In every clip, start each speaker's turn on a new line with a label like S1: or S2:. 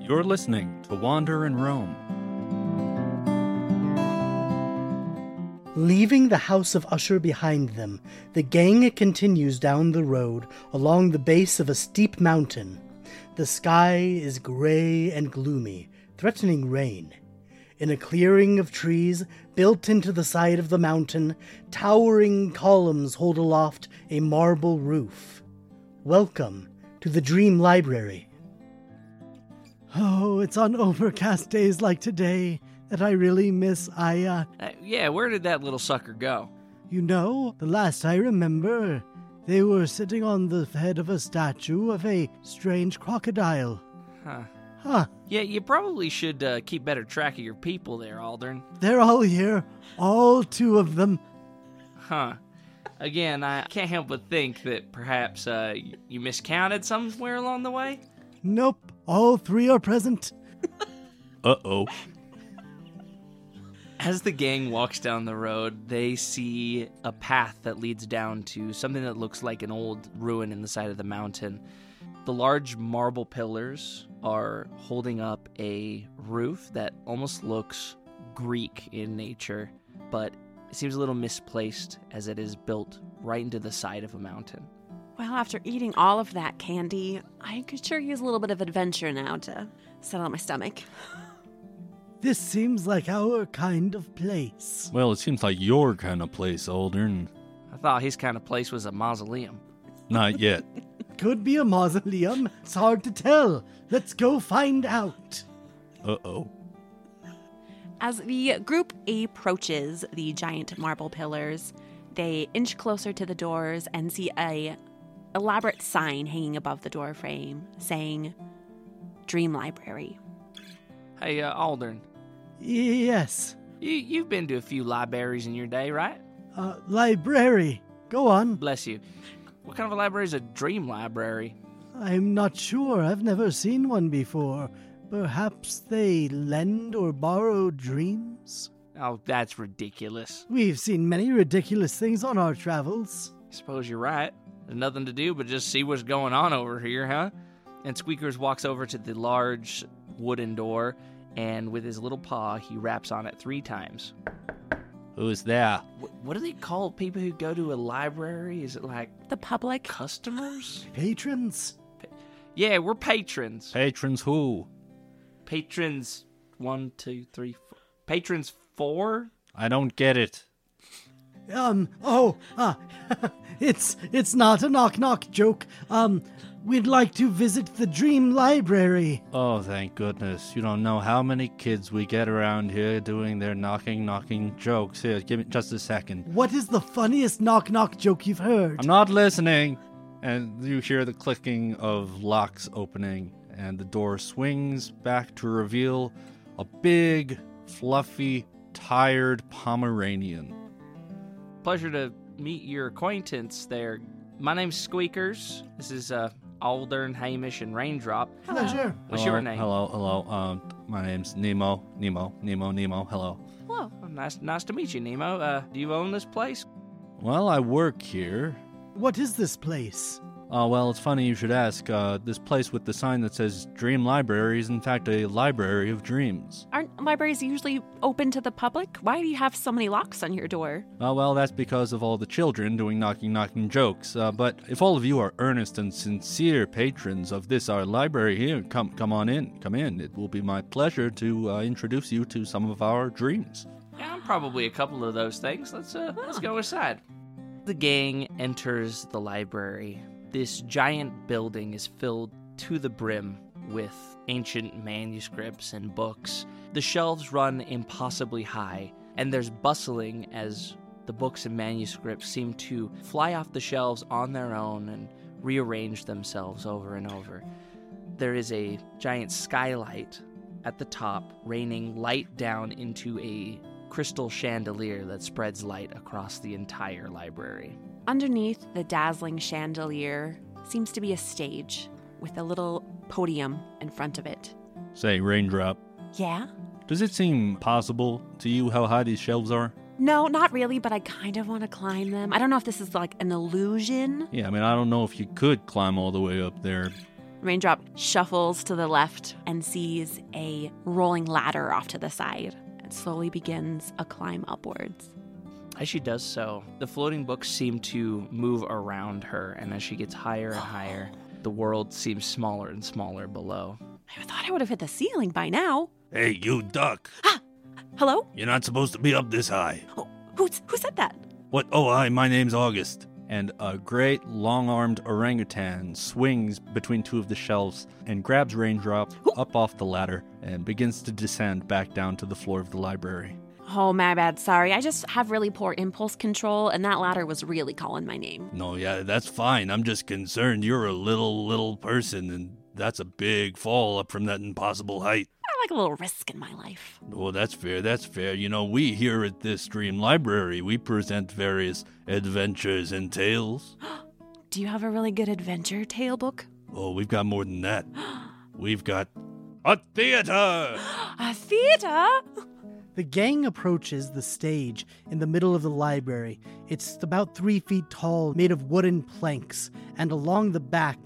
S1: You're listening to Wander in Rome.
S2: Leaving the house of Usher behind them, the gang continues down the road along the base of a steep mountain. The sky is gray and gloomy, threatening rain. In a clearing of trees built into the side of the mountain, towering columns hold aloft a marble roof. Welcome to the Dream Library. Oh, it's on overcast days like today that I really miss Aya.
S3: Uh, yeah, where did that little sucker go?
S2: You know, the last I remember, they were sitting on the head of a statue of a strange crocodile.
S3: Huh.
S2: Huh,
S3: Yeah, you probably should uh, keep better track of your people there, Aldrin.
S2: they're all here, all two of them.
S3: Huh. Again, I can't help but think that perhaps uh, y- you miscounted somewhere along the way.
S2: Nope, all three are present.
S1: Uh oh.
S3: As the gang walks down the road, they see a path that leads down to something that looks like an old ruin in the side of the mountain. The large marble pillars are holding up a roof that almost looks Greek in nature, but it seems a little misplaced as it is built right into the side of a mountain.
S4: Well, after eating all of that candy, I could sure use a little bit of adventure now to settle my stomach.
S2: This seems like our kind of place.
S1: Well, it seems like your kind of place, Aldrin.
S3: I thought his kind of place was a mausoleum.
S1: Not yet.
S2: Could be a mausoleum, it's hard to tell. Let's go find out.
S1: Uh oh.
S4: As the group approaches the giant marble pillars, they inch closer to the doors and see a elaborate sign hanging above the door frame saying Dream Library.
S3: Hey, uh, Aldrin,
S2: Yes,
S3: you, you've been to a few libraries in your day, right?
S2: uh, library. Go on.
S3: Bless you. What kind of a library is a dream library?
S2: I'm not sure. I've never seen one before. Perhaps they lend or borrow dreams?
S3: Oh, that's ridiculous.
S2: We've seen many ridiculous things on our travels.
S3: Suppose you're right. There's nothing to do but just see what's going on over here, huh? And Squeakers walks over to the large wooden door, and with his little paw, he raps on it three times.
S1: Who's there?
S3: What, what do they call people who go to a library? Is it like
S4: The public
S3: customers?
S2: Patrons?
S3: Yeah, we're patrons.
S1: Patrons who?
S3: patrons one, two, three, four. Patrons four?
S1: I don't get it.
S2: Um, oh, ah, it's, it's not a knock-knock joke. Um, we'd like to visit the Dream Library.
S1: Oh, thank goodness. You don't know how many kids we get around here doing their knocking, knocking jokes. Here, give me just a second.
S2: What is the funniest knock-knock joke you've heard?
S1: I'm not listening. And you hear the clicking of locks opening, and the door swings back to reveal a big, fluffy, tired Pomeranian.
S3: Pleasure to meet your acquaintance there. My name's Squeakers. This is uh, Aldern, Hamish, and Raindrop.
S2: Pleasure.
S3: What's
S1: hello,
S3: your name?
S1: Hello, hello. Um, my name's Nemo. Nemo. Nemo. Nemo. Hello.
S4: Hello.
S3: Oh, nice, nice to meet you, Nemo. Uh, do you own this place?
S1: Well, I work here.
S2: What is this place?
S1: Uh, well, it's funny you should ask. Uh, this place with the sign that says Dream Library is in fact a library of dreams.
S4: Aren't libraries usually open to the public? Why do you have so many locks on your door?
S1: Uh, well, that's because of all the children doing knocking knocking jokes. Uh, but if all of you are earnest and sincere patrons of this our library here, come come on in, come in. It will be my pleasure to uh, introduce you to some of our dreams.
S3: Yeah, I'm probably a couple of those things. Let's uh, let's go aside. The gang enters the library. This giant building is filled to the brim with ancient manuscripts and books. The shelves run impossibly high, and there's bustling as the books and manuscripts seem to fly off the shelves on their own and rearrange themselves over and over. There is a giant skylight at the top, raining light down into a crystal chandelier that spreads light across the entire library.
S4: Underneath the dazzling chandelier seems to be a stage with a little podium in front of it.
S1: Say, Raindrop,
S4: Yeah?
S1: does it seem possible to you how high these shelves are?
S4: No, not really, but I kind of want to climb them. I don't know if this is like an illusion.
S1: Yeah, I mean, I don't know if you could climb all the way up there.
S4: Raindrop shuffles to the left and sees a rolling ladder off to the side and slowly begins a climb upwards.
S3: As she does so, the floating books seem to move around her, and as she gets higher and higher, the world seems smaller and smaller below.
S4: I thought I would have hit the ceiling by now.
S1: Hey, you duck!
S4: Hello?
S1: You're not supposed to be up this high.
S4: Oh, who's, who said that?
S1: What? Oh, hi, my name's August. And a great long armed orangutan swings between two of the shelves and grabs Raindrop up off the ladder and begins to descend back down to the floor of the library.
S4: Oh, my bad. Sorry. I just have really poor impulse control, and that ladder was really calling my name.
S1: No, yeah, that's fine. I'm just concerned. You're a little, little person, and that's a big fall up from that impossible height.
S4: I like a little risk in my life.
S1: Well, Oh, that's fair, that's fair. You know, we here at this Dream Library, we present various adventures and tales.
S4: Do you have a really good adventure tale book?
S1: Oh, we've got more than that. We've got a theater!
S4: A theater?
S2: The gang approaches the stage in the middle of the library. It's about three feet tall, made of wooden planks, and along the back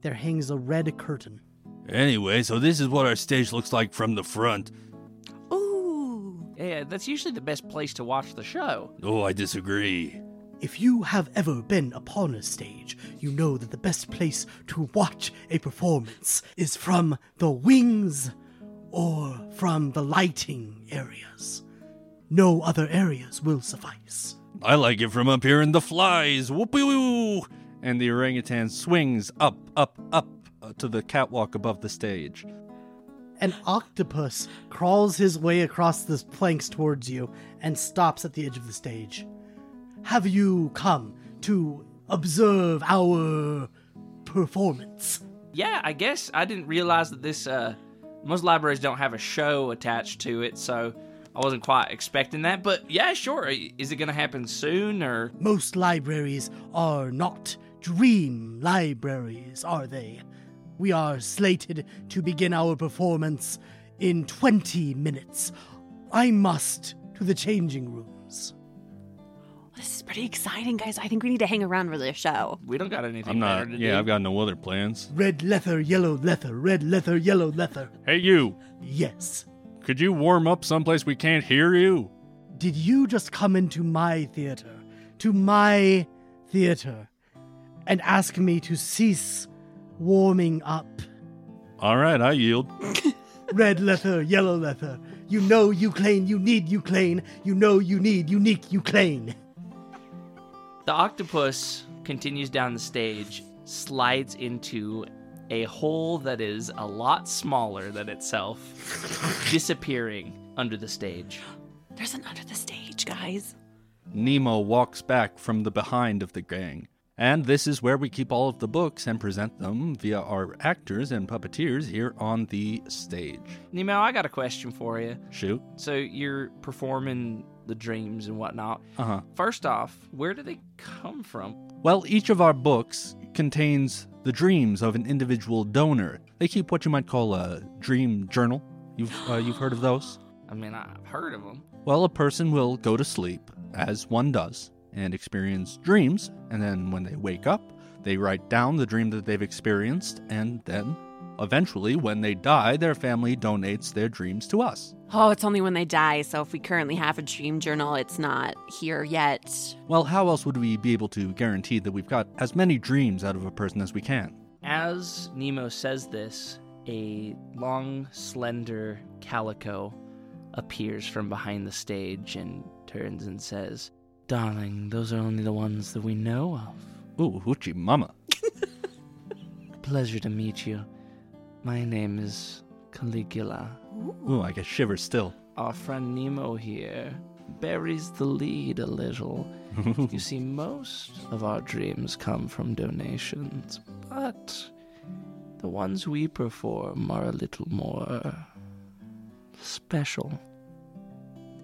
S2: there hangs a red curtain.
S1: Anyway, so this is what our stage looks like from the front.
S4: Ooh.
S3: Yeah, that's usually the best place to watch the show.
S1: Oh, I disagree.
S2: If you have ever been upon a stage, you know that the best place to watch a performance is from the wings or from the lighting areas. No other areas will suffice.
S1: I like it from up here in the flies. Whoopee woo! And the orangutan swings up, up, up uh, to the catwalk above the stage.
S2: An octopus crawls his way across the planks towards you and stops at the edge of the stage. Have you come to observe our performance?
S3: Yeah, I guess I didn't realize that this. Uh, most libraries don't have a show attached to it, so I wasn't quite expecting that. But yeah, sure. Is it going to happen soon or?
S2: Most libraries are not dream libraries, are they? We are slated to begin our performance in 20 minutes. I must to the changing rooms.
S4: This is pretty exciting, guys. I think we need to hang around for this show.
S3: We don't got anything
S1: I'm not,
S3: better to
S1: yeah,
S3: do.
S1: I've got no other plans.
S2: Red leather, yellow leather, red leather, yellow leather.
S1: Hey, you,
S2: Yes.
S1: could you warm up someplace we can't hear you?
S2: Did you just come into my theater, to my theater, and ask me to cease warming up?
S1: All right, I yield.
S2: Red leather, yellow leather. You know Ukraine, you need Ukraine. You know you need unique Ukraine.
S3: The octopus continues down the stage, slides into a hole that is a lot smaller than itself, disappearing under the stage.
S4: There's an under the stage, guys.
S1: Nemo walks back from the behind of the gang. And this is where we keep all of the books and present them via our actors and puppeteers here on the stage.
S3: Nemo, I got a question for you.
S1: Shoot.
S3: So you're performing the dreams and whatnot.
S1: Uh huh.
S3: First off, where do they come from?
S1: Well, each of our books contains the dreams of an individual donor. They keep what you might call a dream journal. You've, uh, you've heard of those?
S3: I mean, I've heard of them.
S1: Well, a person will go to sleep, as one does, and experience dreams, and then when they wake up, they write down the dream that they've experienced, and then, eventually, when they die, their family donates their dreams to us.
S4: Oh, it's only when they die. So if we currently have a dream journal, it's not here yet.
S1: Well, how else would we be able to guarantee that we've got as many dreams out of a person as we can?
S3: As Nemo says this, a long, slender calico appears from behind the stage and turns and says, Darling, those are only the ones that we know of.
S1: Ooh, hoochie mama.
S3: Pleasure to meet you. My name is Caligula.
S1: Ooh, I get shivers still.
S3: Our friend Nemo here buries the lead a little. you see, most of our dreams come from donations, but the ones we perform are a little more special.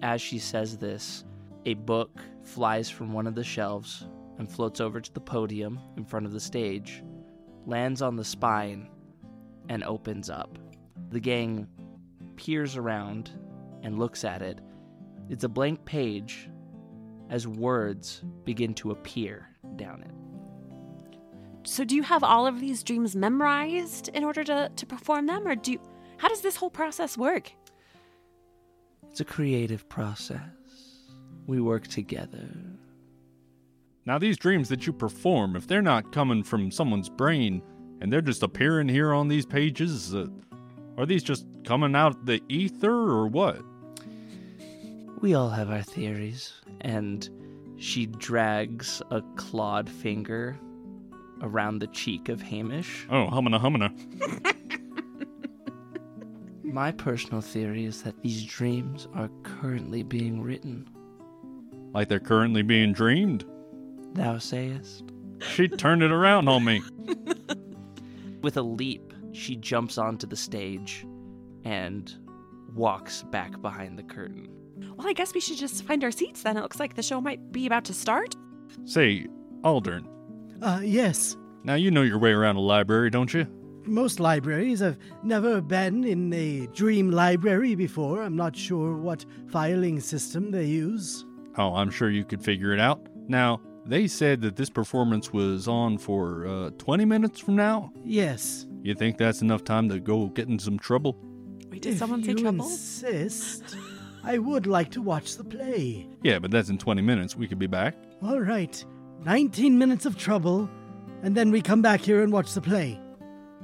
S3: As she says this, a book flies from one of the shelves and floats over to the podium in front of the stage, lands on the spine, and opens up. The gang peers around and looks at it. It's a blank page as words begin to appear down it.
S4: So, do you have all of these dreams memorized in order to, to perform them, or do you, how does this whole process work?
S3: It's a creative process. We work together.
S1: Now, these dreams that you perform, if they're not coming from someone's brain and they're just appearing here on these pages, uh, are these just coming out the ether or what?
S3: We all have our theories. And she drags a clawed finger around the cheek of Hamish.
S1: Oh, humana humana.
S3: My personal theory is that these dreams are currently being written.
S1: Like they're currently being dreamed.
S3: Thou sayest.
S1: She turned it around on me.
S3: With a leap, she jumps onto the stage and walks back behind the curtain.
S4: Well, I guess we should just find our seats then. It looks like the show might be about to start.
S1: Say, Aldern,
S2: Uh, yes.
S1: now you know your way around a library, don't you?
S2: Most libraries. I've never been in a dream library before. I'm not sure what filing system they use.
S1: Oh, I'm sure you could figure it out. Now, they said that this performance was on for uh, 20 minutes from now.
S2: Yes.
S1: You think that's enough time to go get in some trouble?
S4: Wait, did
S2: if
S4: someone say
S2: you
S4: trouble?
S2: insist, I would like to watch the play.
S1: Yeah, but that's in 20 minutes. We could be back.
S2: All right. 19 minutes of trouble, and then we come back here and watch the play.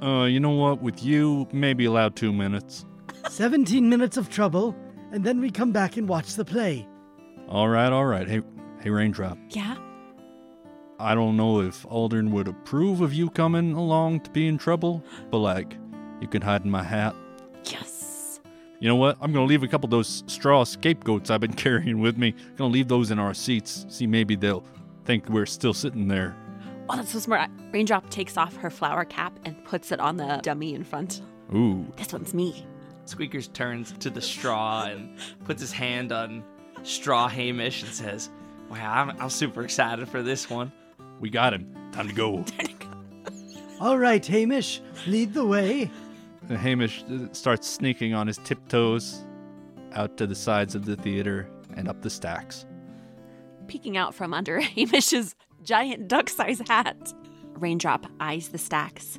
S1: Uh, you know what? With you, maybe allow two minutes.
S2: 17 minutes of trouble, and then we come back and watch the play.
S1: All right, all right. Hey, hey, Raindrop.
S4: yeah.
S1: I don't know if Aldern would approve of you coming along to be in trouble, but like, you can hide in my hat.
S4: Yes.
S1: You know what? I'm gonna leave a couple of those straw scapegoats I've been carrying with me. Gonna leave those in our seats. See, maybe they'll think we're still sitting there.
S4: Oh, that's so smart. Raindrop takes off her flower cap and puts it on the dummy in front.
S1: Ooh.
S4: This one's me.
S3: Squeakers turns to the straw and puts his hand on Straw Hamish and says, Wow, I'm, I'm super excited for this one.
S1: We got him. Time to go.
S2: All right, Hamish, lead the way.
S1: And Hamish uh, starts sneaking on his tiptoes out to the sides of the theater and up the stacks.
S4: Peeking out from under Hamish's giant duck sized hat. Raindrop eyes the stacks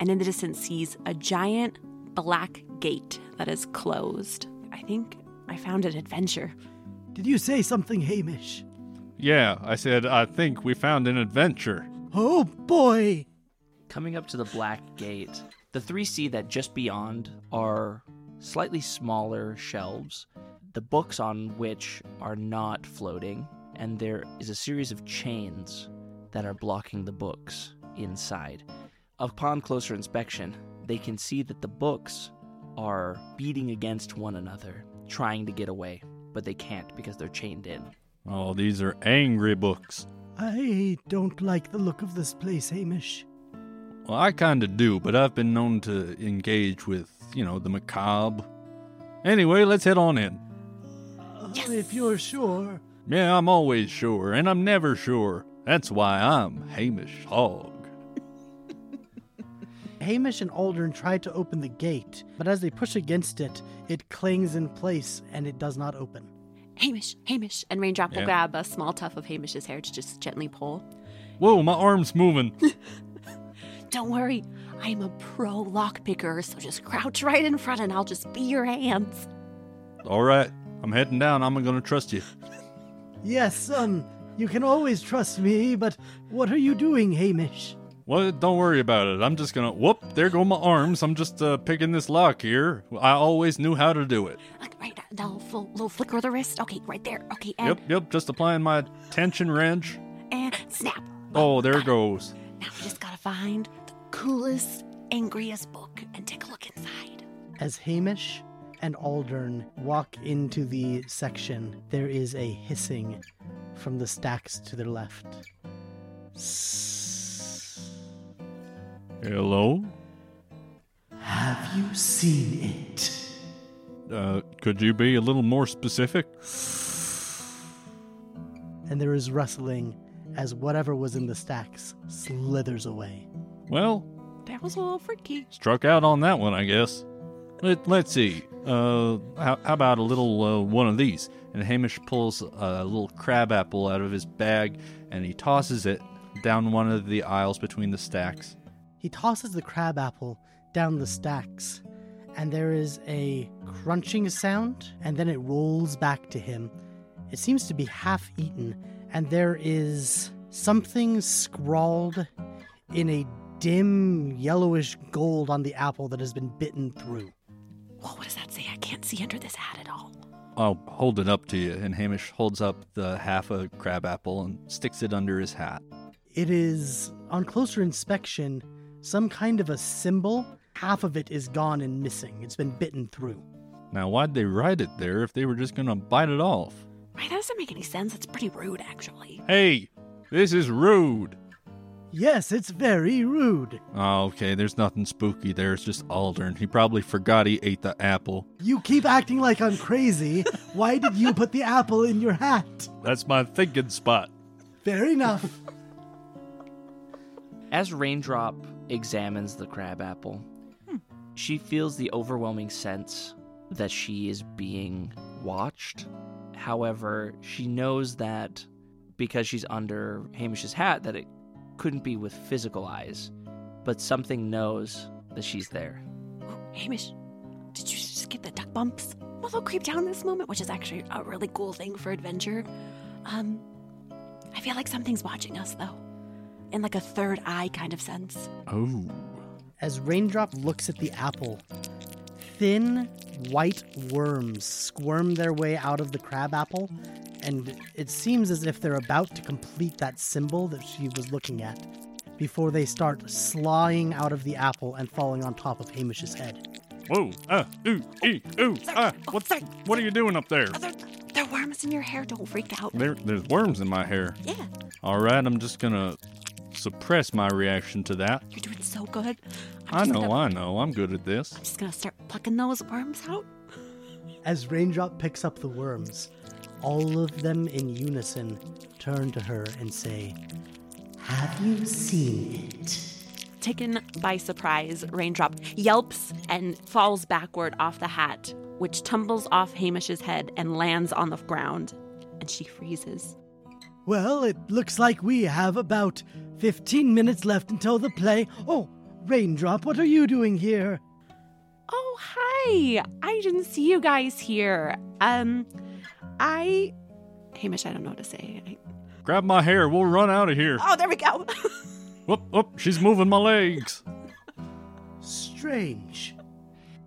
S4: and in the distance sees a giant black gate that is closed. I think I found an adventure.
S2: Did you say something, Hamish?
S1: Yeah, I said, I think we found an adventure.
S2: Oh boy!
S3: Coming up to the Black Gate, the three see that just beyond are slightly smaller shelves, the books on which are not floating, and there is a series of chains that are blocking the books inside. Upon closer inspection, they can see that the books are beating against one another, trying to get away, but they can't because they're chained in.
S1: Oh, these are angry books.
S2: I don't like the look of this place, Hamish.
S1: Well, I kinda do, but I've been known to engage with, you know, the macabre. Anyway, let's head on in.
S2: Uh,
S4: Yes.
S2: If you're sure.
S1: Yeah, I'm always sure, and I'm never sure. That's why I'm Hamish Hogg.
S2: Hamish and Aldern try to open the gate, but as they push against it, it clings in place and it does not open.
S4: Hamish, Hamish. And Raindrop
S1: Yeah.
S4: will grab a small tuft of Hamish's hair to just gently pull.
S1: Whoa, my arm's moving.
S4: Don't worry, I'm a pro lockpicker, so just crouch right in front and I'll just be your hands.
S1: All right, I'm heading down. I'm gonna trust you.
S2: Yes, um, you can always trust me, but what are you doing, Hamish?
S1: Well, don't worry about it. I'm just gonna. Whoop! There go my arms. I'm just uh, picking this lock here. I always knew how to do it.
S4: Like, right, a little, fl- little flicker of the wrist. Okay, right there. Okay, and,
S1: Yep, yep. Just applying my tension wrench.
S4: and snap.
S1: Oh, there it goes.
S4: Now we just gotta find the coolest, angriest book and take a look inside.
S2: As Hamish and Aldern walk into the section, there is a hissing from the stacks to their left.
S1: Hello.
S2: Have you seen it?
S1: Uh, could you be a little more specific?
S2: And there is rustling as whatever was in the stacks slithers away.
S1: Well,
S4: That was a little freaky.
S1: struck out on that one, I guess. Let, let's see. Uh, how, how about a little uh, one of these? And Hamish pulls a little crab apple out of his bag and he tosses it down one of the aisles between the stacks.
S2: He tosses the crab apple down the stacks, and there is a crunching sound, and then it rolls back to him. It seems to be half eaten, and there is something scrawled in a dim yellowish gold on the apple that has been bitten through.
S4: Whoa, what does that say? I can't see under this hat at all.
S1: I'll hold it up to you. And Hamish holds up the half a crab apple and sticks it under his hat.
S2: It is, on closer inspection, some kind of a symbol. Half of it is gone and missing. It's been bitten through.
S1: Now, why'd they write it there if they were just gonna bite it off?
S4: Right, that doesn't make any sense. That's pretty rude, actually.
S1: Hey, this is rude.
S2: Yes, it's very rude.
S1: Oh, okay, there's nothing spooky there. It's just Aldern. He probably forgot he ate the apple.
S2: You keep acting like I'm crazy. Why did you put the apple in your hat?
S1: That's my thinking spot.
S2: Fair enough.
S3: As Raindrop examines the crabapple, she feels the overwhelming sense that she is being watched. However, she knows that because she's under Hamish's hat that it couldn't be with physical eyes, but something knows that she's there.
S4: Ooh, Hamish, did you just get the duck bumps? I'm a little creeped out in this moment, which is actually a really cool thing for adventure. Um, I feel like something's watching us, though, in like a third eye kind of sense.
S1: Oh,
S2: As Raindrop looks at the apple, thin white worms squirm their way out of the crabapple, and it seems as if they're about to complete that symbol that she was looking at before they start slying out of the apple and falling on top of Hamish's head.
S1: whoa, uh, ooh, ee, ooh, ah, what's that? What are you doing up there?
S4: Oh, there, there are worms in your hair. Don't freak out.
S1: There, there's worms in my hair.
S4: Yeah,
S1: All right, I'm just gonna suppress my reaction to that.
S4: you're doing so good. I'm
S1: I
S4: just
S1: know,
S4: Gonna,
S1: I know, I'm good at this.
S4: I'm just gonna start plucking those worms out.
S2: As Raindrop picks up the worms, all of them in unison turn to her and say, Have you seen it?
S4: Taken by surprise, Raindrop yelps and falls backward off the hat, which tumbles off Hamish's head and lands on the ground. And she freezes.
S2: Well, it looks like we have about 15 minutes left until the play. Oh, Raindrop, what are you doing here?
S4: Oh, hi. I didn't see you guys here. Um, I. Hamish, I don't know what to say. I...
S1: Grab my hair, we'll run out of here.
S4: Oh, there we go.
S1: Whoop, whoop, she's moving my legs.
S2: Strange.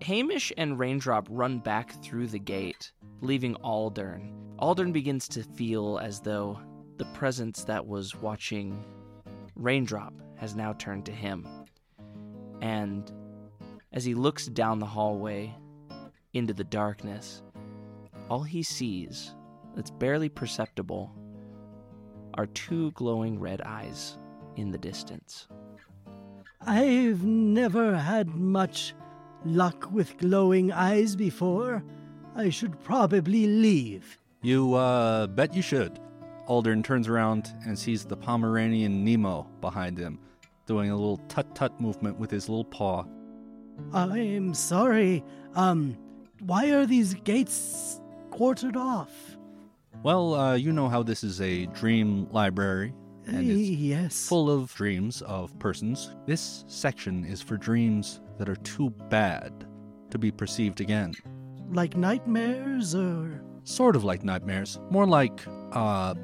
S3: Hamish and Raindrop run back through the gate, leaving Aldern. Aldern begins to feel as though the presence that was watching Raindrop has now turned to him. And as he looks down the hallway into the darkness, all he sees that's barely perceptible are two glowing red eyes in the distance.
S2: I've never had much luck with glowing eyes before. I should probably leave.
S1: You, uh, bet you should. Aldern turns around and sees the Pomeranian Nemo behind him, doing a little tut tut movement with his little paw.
S2: I'm sorry. Um, why are these gates quartered off?
S1: Well, uh, you know how this is a dream library, and it's
S2: Eh, yes.
S1: full of dreams of persons. This section is for dreams that are too bad to be perceived again.
S2: Like nightmares or.
S1: Sort of like nightmares, more like uh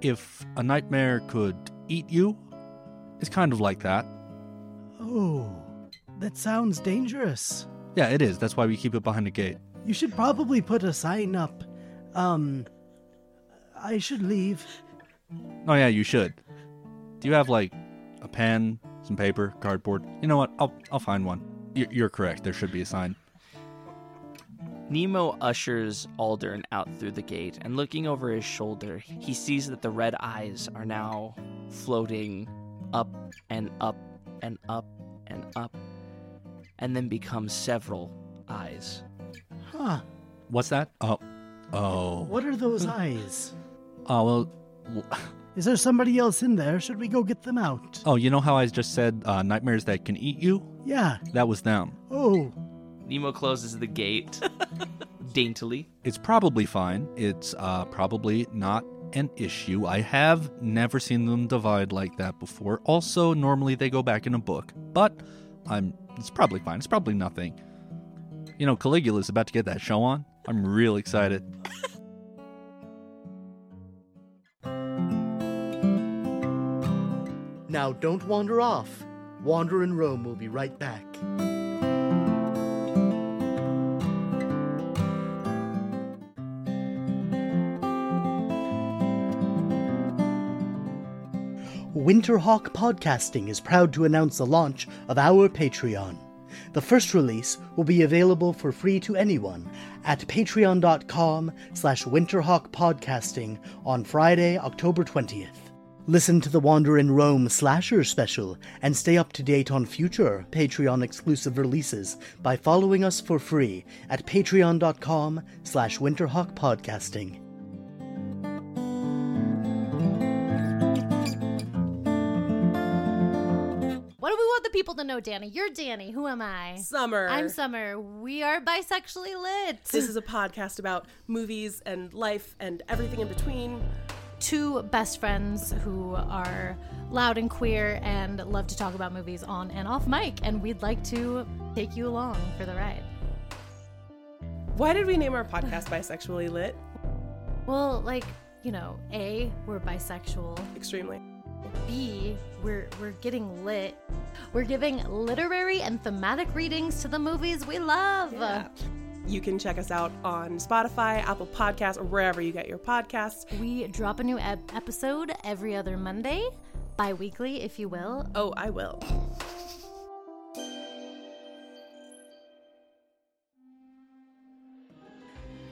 S1: if a nightmare could eat you. It's kind of like that.
S2: Oh, that sounds dangerous.
S1: Yeah, it is. That's why we keep it behind the gate.
S2: You should probably put a sign up. Um, I should leave.
S1: Oh yeah, you should. Do you have like a pen, some paper, cardboard? You know what? I'll I'll find one. You're, you're correct. There should be a sign.
S3: Nemo ushers Aldern out through the gate, and looking over his shoulder, he sees that the red eyes are now floating up and up and up and up, and then become several eyes.
S2: Huh?
S1: What's that? Oh, oh,
S2: What are those eyes?
S1: oh. Well, l-
S2: Is there somebody else in there? Should we go get them out?
S1: oh. You know how I just said uh, nightmares that can eat you?
S2: Yeah.
S1: That was them.
S2: Oh,
S3: Nemo closes the gate daintily.
S1: It's probably fine. It's uh, probably not an issue. I have never seen them divide like that before. Also, normally they go back in a book, but I'm it's probably fine. It's probably nothing. You know, Caligula's about to get that show on. I'm real excited.
S2: Now don't wander off. Wander in Rome will be right back. Winterhawk Podcasting is proud to announce the launch of our Patreon. The first release will be available for free to anyone at patreon.com slash winterhawkpodcasting on Friday, October 20th. Listen to the Wander in Rome Slasher special and stay up to date on future Patreon exclusive releases by following us for free at patreon.com slash winterhawkpodcasting.
S5: What do we want the people to know, Danny? You're Danny. Who am I?
S6: Summer.
S5: I'm Summer. We are bisexually lit.
S6: This is a podcast about movies and life and everything in between.
S5: two best friends who are loud and queer and love to talk about movies on and off mic, and we'd like to take you along for the ride.
S6: Why did we name our podcast Bisexually Lit?
S5: Well, like, you know, A, we're bisexual.
S6: Extremely.
S5: B, we're we're getting lit. We're giving literary and thematic readings to the movies we love.
S6: You can check us out on Spotify, Apple Podcasts, or wherever you get your podcasts.
S5: We drop a new ep- episode every other Monday, bi-weekly if you will.
S6: Oh, I will.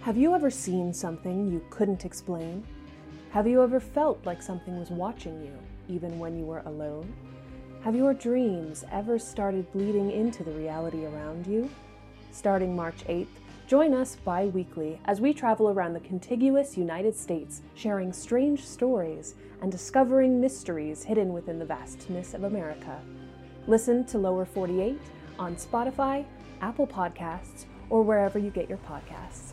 S7: Have you ever seen something you couldn't explain? Have you ever felt like something was watching you, even when you were alone? Have your dreams ever started bleeding into the reality around you? Starting March 8th, join us bi weekly as we travel around the contiguous United States, sharing strange stories and discovering mysteries hidden within the vastness of America. Listen to Lower 48 on Spotify, Apple Podcasts, or wherever you get your podcasts.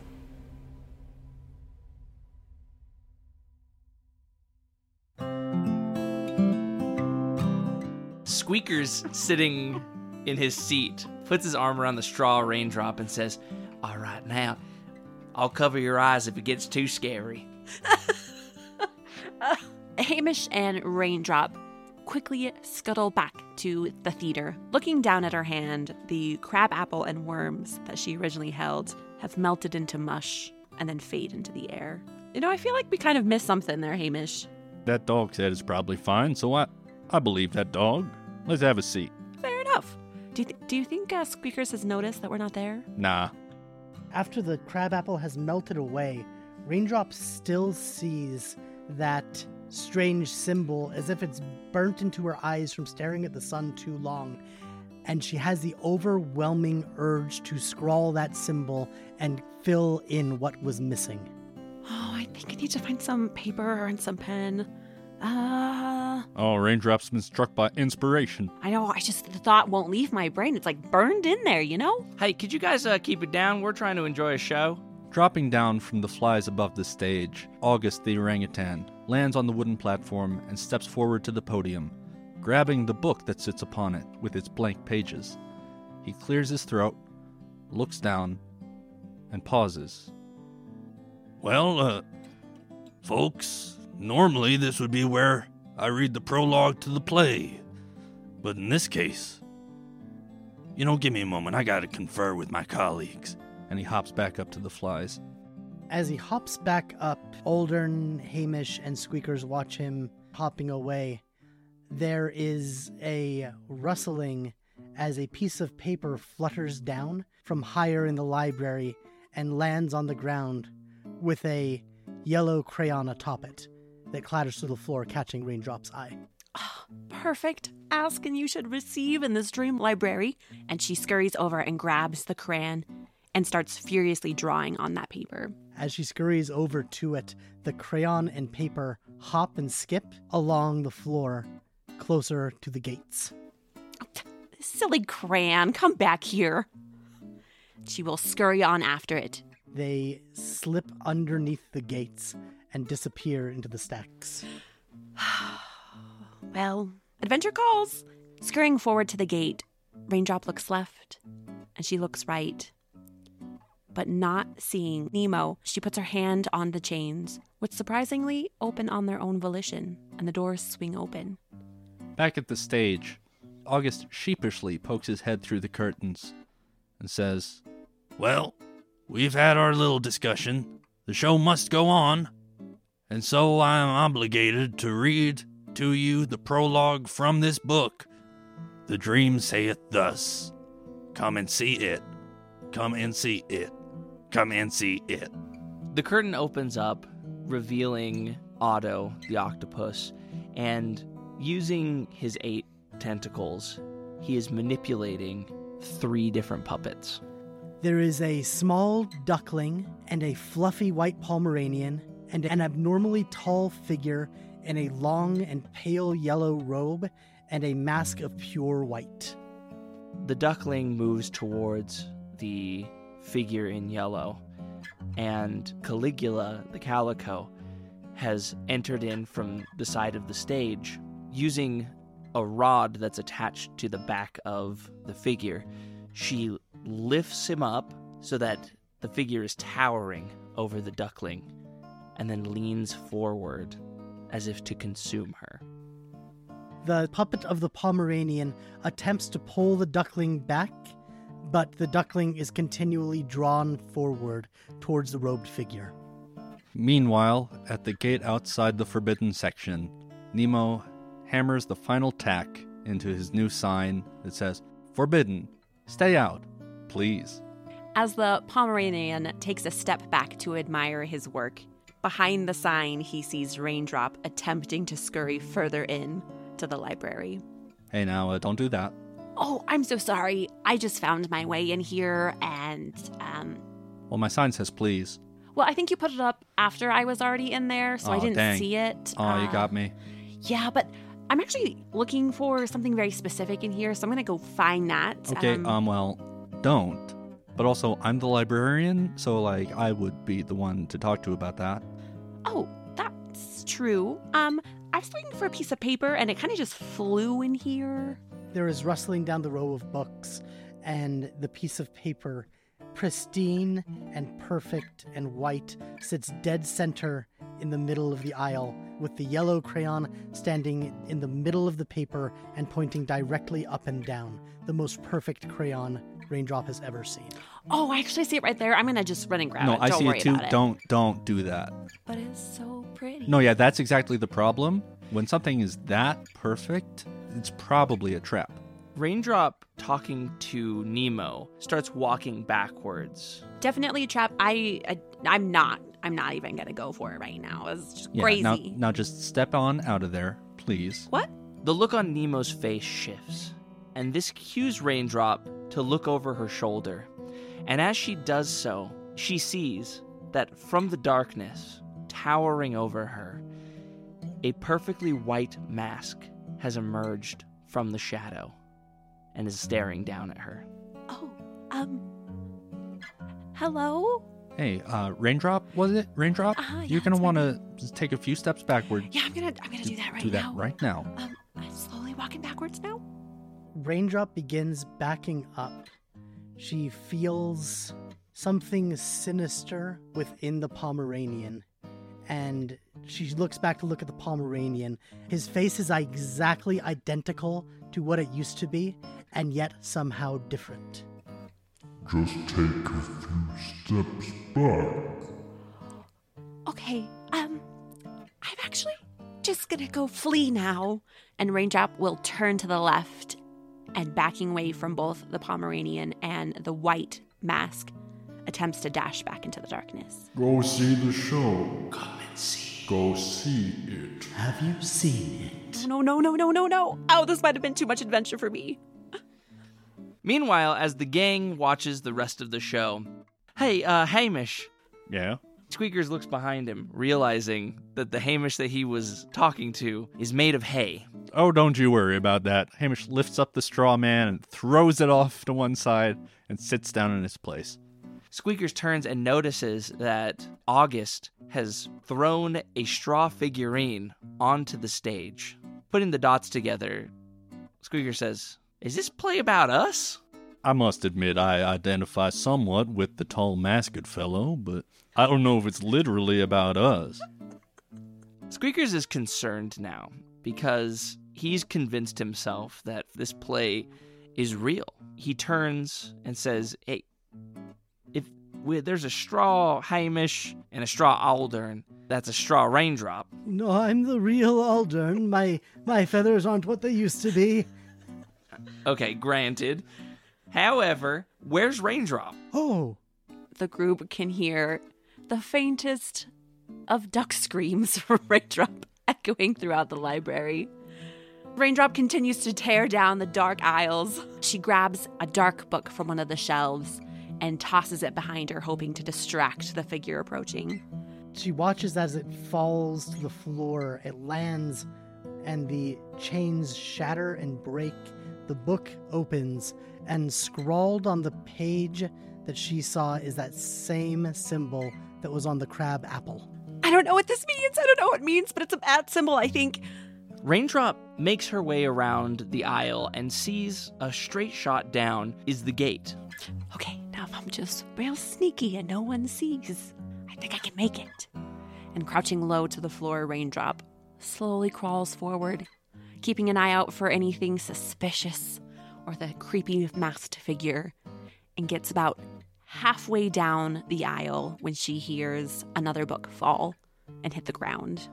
S3: Squeaker's sitting in his seat, puts his arm around the straw raindrop, and says, All right, now, I'll cover your eyes if it gets too scary.
S4: Hamish and Raindrop quickly scuttle back to the theater. Looking down at her hand, the crab apple and worms that she originally held have melted into mush and then fade into the air. You know, I feel like we kind of missed something there, Hamish.
S1: That dog said it's probably fine, so I I believe that dog. Let's have a seat.
S4: Fair enough. Do you, th- do you think uh, Squeakers has noticed that we're not there?
S1: Nah.
S2: After the crabapple has melted away, Raindrop still sees that strange symbol as if it's burnt into her eyes from staring at the sun too long. And she has the overwhelming urge to scrawl that symbol and fill in what was missing.
S4: Oh, I think I need to find some paper and some pen. Uh,
S1: Oh, Raindrop's been struck by inspiration.
S4: I know, I just, the thought won't leave my brain. It's like burned in there, you know?
S3: Hey, could you guys uh, keep it down? We're trying to enjoy a show.
S1: Dropping down from the flies above the stage, August the orangutan lands on the wooden platform and steps forward to the podium, grabbing the book that sits upon it with its blank pages. He clears his throat, looks down, and pauses. Well, uh, folks, normally this would be where I read the prologue to the play, but in this case, you know, give me a moment. I gotta confer with my colleagues. And he hops back up to the flies.
S2: As he hops back up, Aldern, Hamish, and Squeakers watch him hopping away. There is a rustling as a piece of paper flutters down from higher in the library and lands on the ground with a yellow crayon atop it that clatters to the floor, catching Raindrop's eye.
S4: Perfect. Ask and you should receive in this dream library. And she scurries over and grabs the crayon and starts furiously drawing on that paper.
S2: As she scurries over to it, the crayon and paper hop and skip along the floor closer to the gates.
S4: Silly crayon, come back here. She will scurry on after it.
S2: They slip underneath the gates and disappear into the stacks.
S4: Well, adventure calls. Scurrying forward to the gate, Raindrop looks left and she looks right. But not seeing Nemo, she puts her hand on the chains, which surprisingly open on their own volition, and the doors swing open.
S1: Back at the stage, August sheepishly pokes his head through the curtains and says, Well, we've had our little discussion. The show must go on. And so I am obligated to read to you the prologue from this book. The dream saith thus Come and see it. Come and see it. Come and see it.
S3: The curtain opens up, revealing Otto, the octopus, and using his eight tentacles, he is manipulating three different puppets.
S2: There is a small duckling and a fluffy white Pomeranian and an abnormally tall figure in a long and pale yellow robe and a mask of pure white.
S3: The duckling moves towards the figure in yellow, and Caligula, the calico, has entered in from the side of the stage using a rod that's attached to the back of the figure. She lifts him up so that the figure is towering over the duckling and then leans forward as if to consume her.
S2: The puppet of the Pomeranian attempts to pull the duckling back, but the duckling is continually drawn forward towards the robed figure.
S1: Meanwhile, at the gate outside the forbidden section, Nemo hammers the final tack into his new sign that says, Forbidden, stay out, please.
S4: As the Pomeranian takes a step back to admire his work, behind the sign he sees Raindrop attempting to scurry further in to the library.
S1: Hey, now, uh, don't do that.
S4: Oh, I'm so sorry. I just found my way in here and, um,
S1: Well, my sign says please.
S4: well, I think you put it up after I was already in there, so I
S1: Aw,
S4: didn't
S1: dang.
S4: see it.
S1: Oh, you
S4: Uh,
S1: got me.
S4: Yeah, but I'm actually looking for something very specific in here, so I'm gonna go find that.
S1: Okay, um,
S4: Um,
S1: well, don't. But also, I'm the librarian, so, like, I would be the one to talk to about that.
S4: oh, that's true. Um, I was looking for a piece of paper, and it kind of just flew in here.
S2: There is rustling down the row of books, and the piece of paper, pristine and perfect and white, sits dead center in the middle of the aisle, with the yellow crayon standing in the middle of the paper and pointing directly up and down. The most perfect crayon Raindrop has ever seen.
S4: Oh, I actually see it right there. I'm gonna just run and grab
S1: no,
S4: it.
S1: I
S4: Don't
S1: see
S4: worry
S1: it too.
S4: about it.
S1: Don't, don't do that.
S4: But it's so pretty.
S1: No, yeah, that's exactly the problem. When something is that perfect, it's probably a trap.
S3: Raindrop talking to Nemo starts walking backwards.
S4: Definitely a trap. I, I I'm not. I'm not even gonna go for it right now. It's just
S1: Yeah,
S4: crazy.
S1: Now, now just step on out of there, please.
S4: What?
S3: The look on Nemo's face shifts, and this cues Raindrop to look over her shoulder. And as she does so, she sees that from the darkness, towering over her, a perfectly white mask has emerged from the shadow and is staring down at her.
S4: Oh, um. Hello.
S1: Hey, uh, raindrop, was it? Raindrop?
S4: Uh-huh, yeah,
S1: You're gonna
S4: it's
S1: want
S4: my-
S1: to take a few steps backward.
S4: Yeah, I'm gonna. I'm gonna do, that right
S1: do
S4: now.
S1: that right now.
S4: Um, I'm slowly walking backwards now.
S2: Raindrop begins backing up. She feels something sinister within the Pomeranian. And she looks back to look at the Pomeranian. His face is exactly identical to what it used to be, and yet somehow different.
S8: Just take a few steps back.
S4: Okay. Um, I'm actually just gonna go flee now. And Raindrop will turn to the left, and backing away from both the Pomeranian and the white mask, attempts to dash back into the darkness.
S8: Go see the show. Come and see. Go see it.
S2: Have you seen it?
S4: No, no, no, no, no, no. Oh, this might have been too much adventure for me.
S3: Meanwhile, as the gang watches the rest of the show, hey, uh, Hamish,
S1: Yeah.
S3: Squeakers looks behind him, realizing that the Hamish that he was talking to is made of hay.
S1: Oh, don't you worry about that. Hamish lifts up the straw man and throws it off to one side and sits down in his place.
S3: Squeakers turns and notices that August has thrown a straw figurine onto the stage. Putting the dots together, Squeaker says, Is this play about us?
S1: I must admit, I identify somewhat with the tall masked fellow, but I don't know if it's literally about us.
S3: Squeakers is concerned now because he's convinced himself that this play is real. He turns and says, "Hey, if we, there's a straw Hamish and a straw Aldern, that's a straw raindrop."
S2: No, I'm the real Aldern. My my feathers aren't what they used to be.
S3: Okay, granted. However, where's raindrop?
S2: Oh,
S4: The group can hear the faintest of duck screams from Raindrop echoing throughout the library. Raindrop continues to tear down the dark aisles. She grabs a dark book from one of the shelves and tosses it behind her, hoping to distract the figure approaching.
S2: She watches as it falls to the floor. It lands, and the chains shatter and break. The book opens, and scrawled on the page that she saw is that same symbol that was on the crab apple.
S4: I don't know what this means. I don't know what it means, but it's an at symbol, I think.
S3: Raindrop makes her way around the aisle and sees a straight shot down is the gate.
S4: Okay, now if I'm just real sneaky and no one sees, I think I can make it. And crouching low to the floor, Raindrop slowly crawls forward, keeping an eye out for anything suspicious or the creepy masked figure, and gets about halfway down the aisle when she hears another book fall and hit the ground.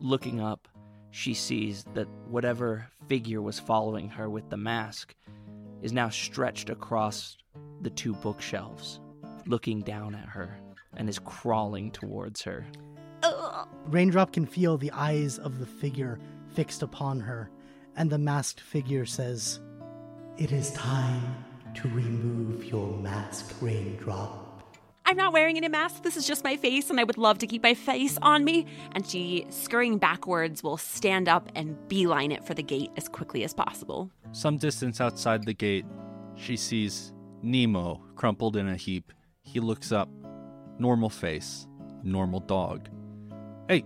S3: Looking up, she sees that whatever figure was following her with the mask is now stretched across the two bookshelves, looking down at her and is crawling towards her.
S2: Raindrop can feel the eyes of the figure fixed upon her, and the masked figure says, It is time to remove your mask, Raindrop.
S4: I'm not wearing any mask. This is just my face, and I would love to keep my face on me. And she, scurrying backwards, will stand up and beeline it for the gate as quickly as possible.
S1: Some distance outside the gate, she sees Nemo crumpled in a heap. He looks up. Normal face, normal dog. Hey,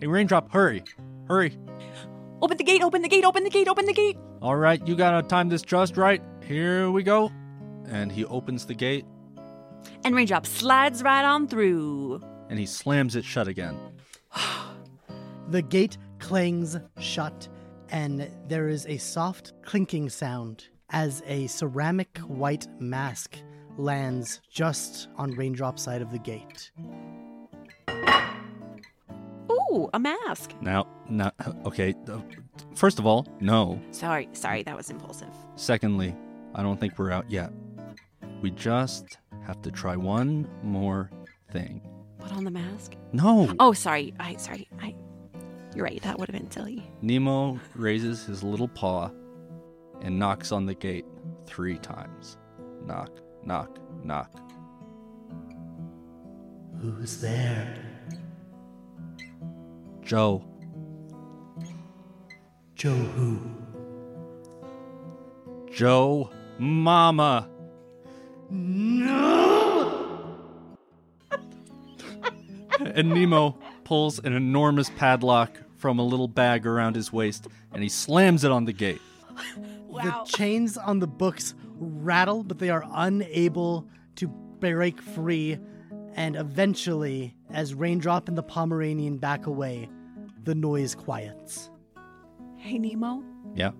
S1: hey, Raindrop, hurry, hurry.
S4: Open the gate, open the gate, open the gate, open the gate.
S1: All right, you gotta time this just right. Here we go. And he opens the gate
S4: And Raindrop slides right on through.
S1: and he slams it shut again.
S2: The gate clangs shut, and there is a soft clinking sound as a ceramic white mask lands just on Raindrop's side of the gate.
S4: Ooh, a mask.
S1: Now, now, okay. uh, First of all, no.
S4: Sorry, sorry, that was impulsive.
S1: Secondly, I don't think we're out yet. We just have to try one more thing.
S4: Put on the mask.
S1: No.
S4: Oh, sorry. I sorry. I You're right. That would have been silly.
S1: Nemo raises his little paw and knocks on the gate three times. Knock, knock, knock.
S2: Who's there?
S1: Joe,
S2: Joe who?
S1: Joe, Mama. No! and Nemo pulls an enormous padlock from a little bag around his waist and he slams it on the gate.
S2: The chains on the books rattle, but they are unable to break free. And eventually, as Raindrop and the Pomeranian back away, the noise quiets.
S4: Hey Nemo.
S1: Yeah.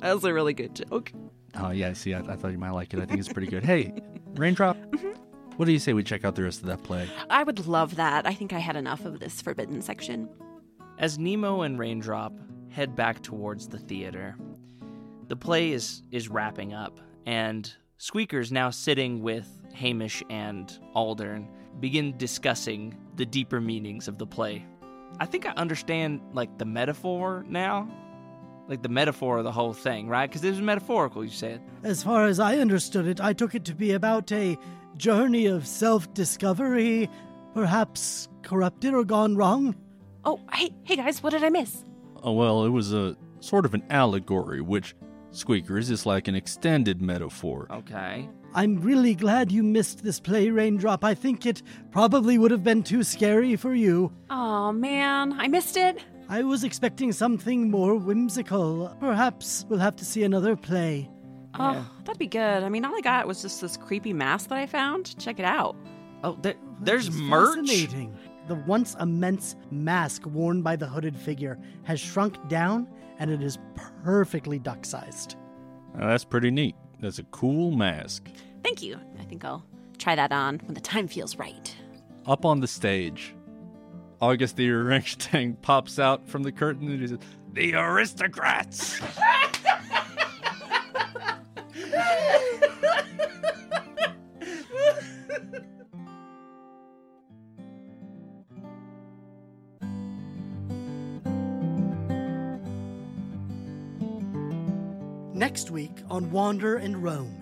S4: That was a really good joke.
S1: Oh, yeah. See, I, I thought you might like it. I think it's pretty good. Hey, Raindrop, what do you say we check out the rest of that play?
S4: I would love that. I think I had enough of this forbidden section.
S3: As Nemo and Raindrop head back towards the theater, the play is, is wrapping up, and Squeaker's now sitting with Hamish and Aldern, begin discussing the deeper meanings of the play. I think I understand like the metaphor now, like the metaphor of the whole thing, right? Because it was metaphorical, you said.
S2: As far as I understood it, I took it to be about a journey of self discovery, perhaps corrupted or gone wrong.
S4: Oh, hey, hey guys, what did I miss?
S1: Oh, well, it was a sort of an allegory, which Squeakers is like an extended metaphor.
S3: Oh. Okay.
S2: I'm really glad you missed this play, Raindrop. I think it probably would have been too scary for you.
S4: Oh man, I missed it.
S2: I was expecting something more whimsical. Perhaps we'll have to see another play.
S4: Oh, that'd be good. I mean, all I got was just this creepy mask that I found. Check it out.
S3: Oh, there, there's
S2: It's
S3: merch.
S2: Fascinating. The once immense mask worn by the hooded figure has shrunk down and it is perfectly duck sized.
S1: Now, that's pretty neat. That's a cool mask.
S4: Thank you. I think I'll try that on when the time feels right.
S1: Up on the stage, August the orangutan pops out from the curtain and he says, The aristocrats!
S2: Next week on Wander and Roam.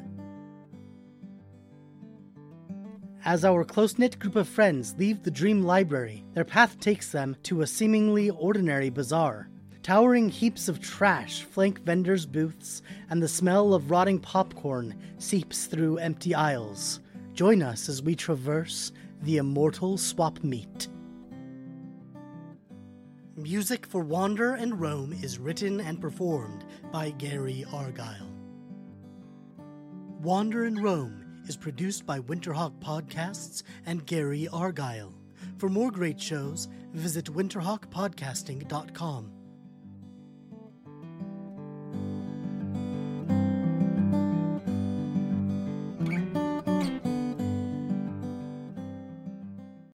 S2: As our close knit group of friends leave the Dream Library, their path takes them to a seemingly ordinary bazaar. Towering heaps of trash flank vendors' booths, and the smell of rotting popcorn seeps through empty aisles. Join us as we traverse the immortal swap meet. Music for Wander and Roam is written and performed by Gary Argyle. Wander and Roam is produced by Winterhawk Podcasts and Gary Argyle. For more great shows, visit winterhawkpodcasting.com.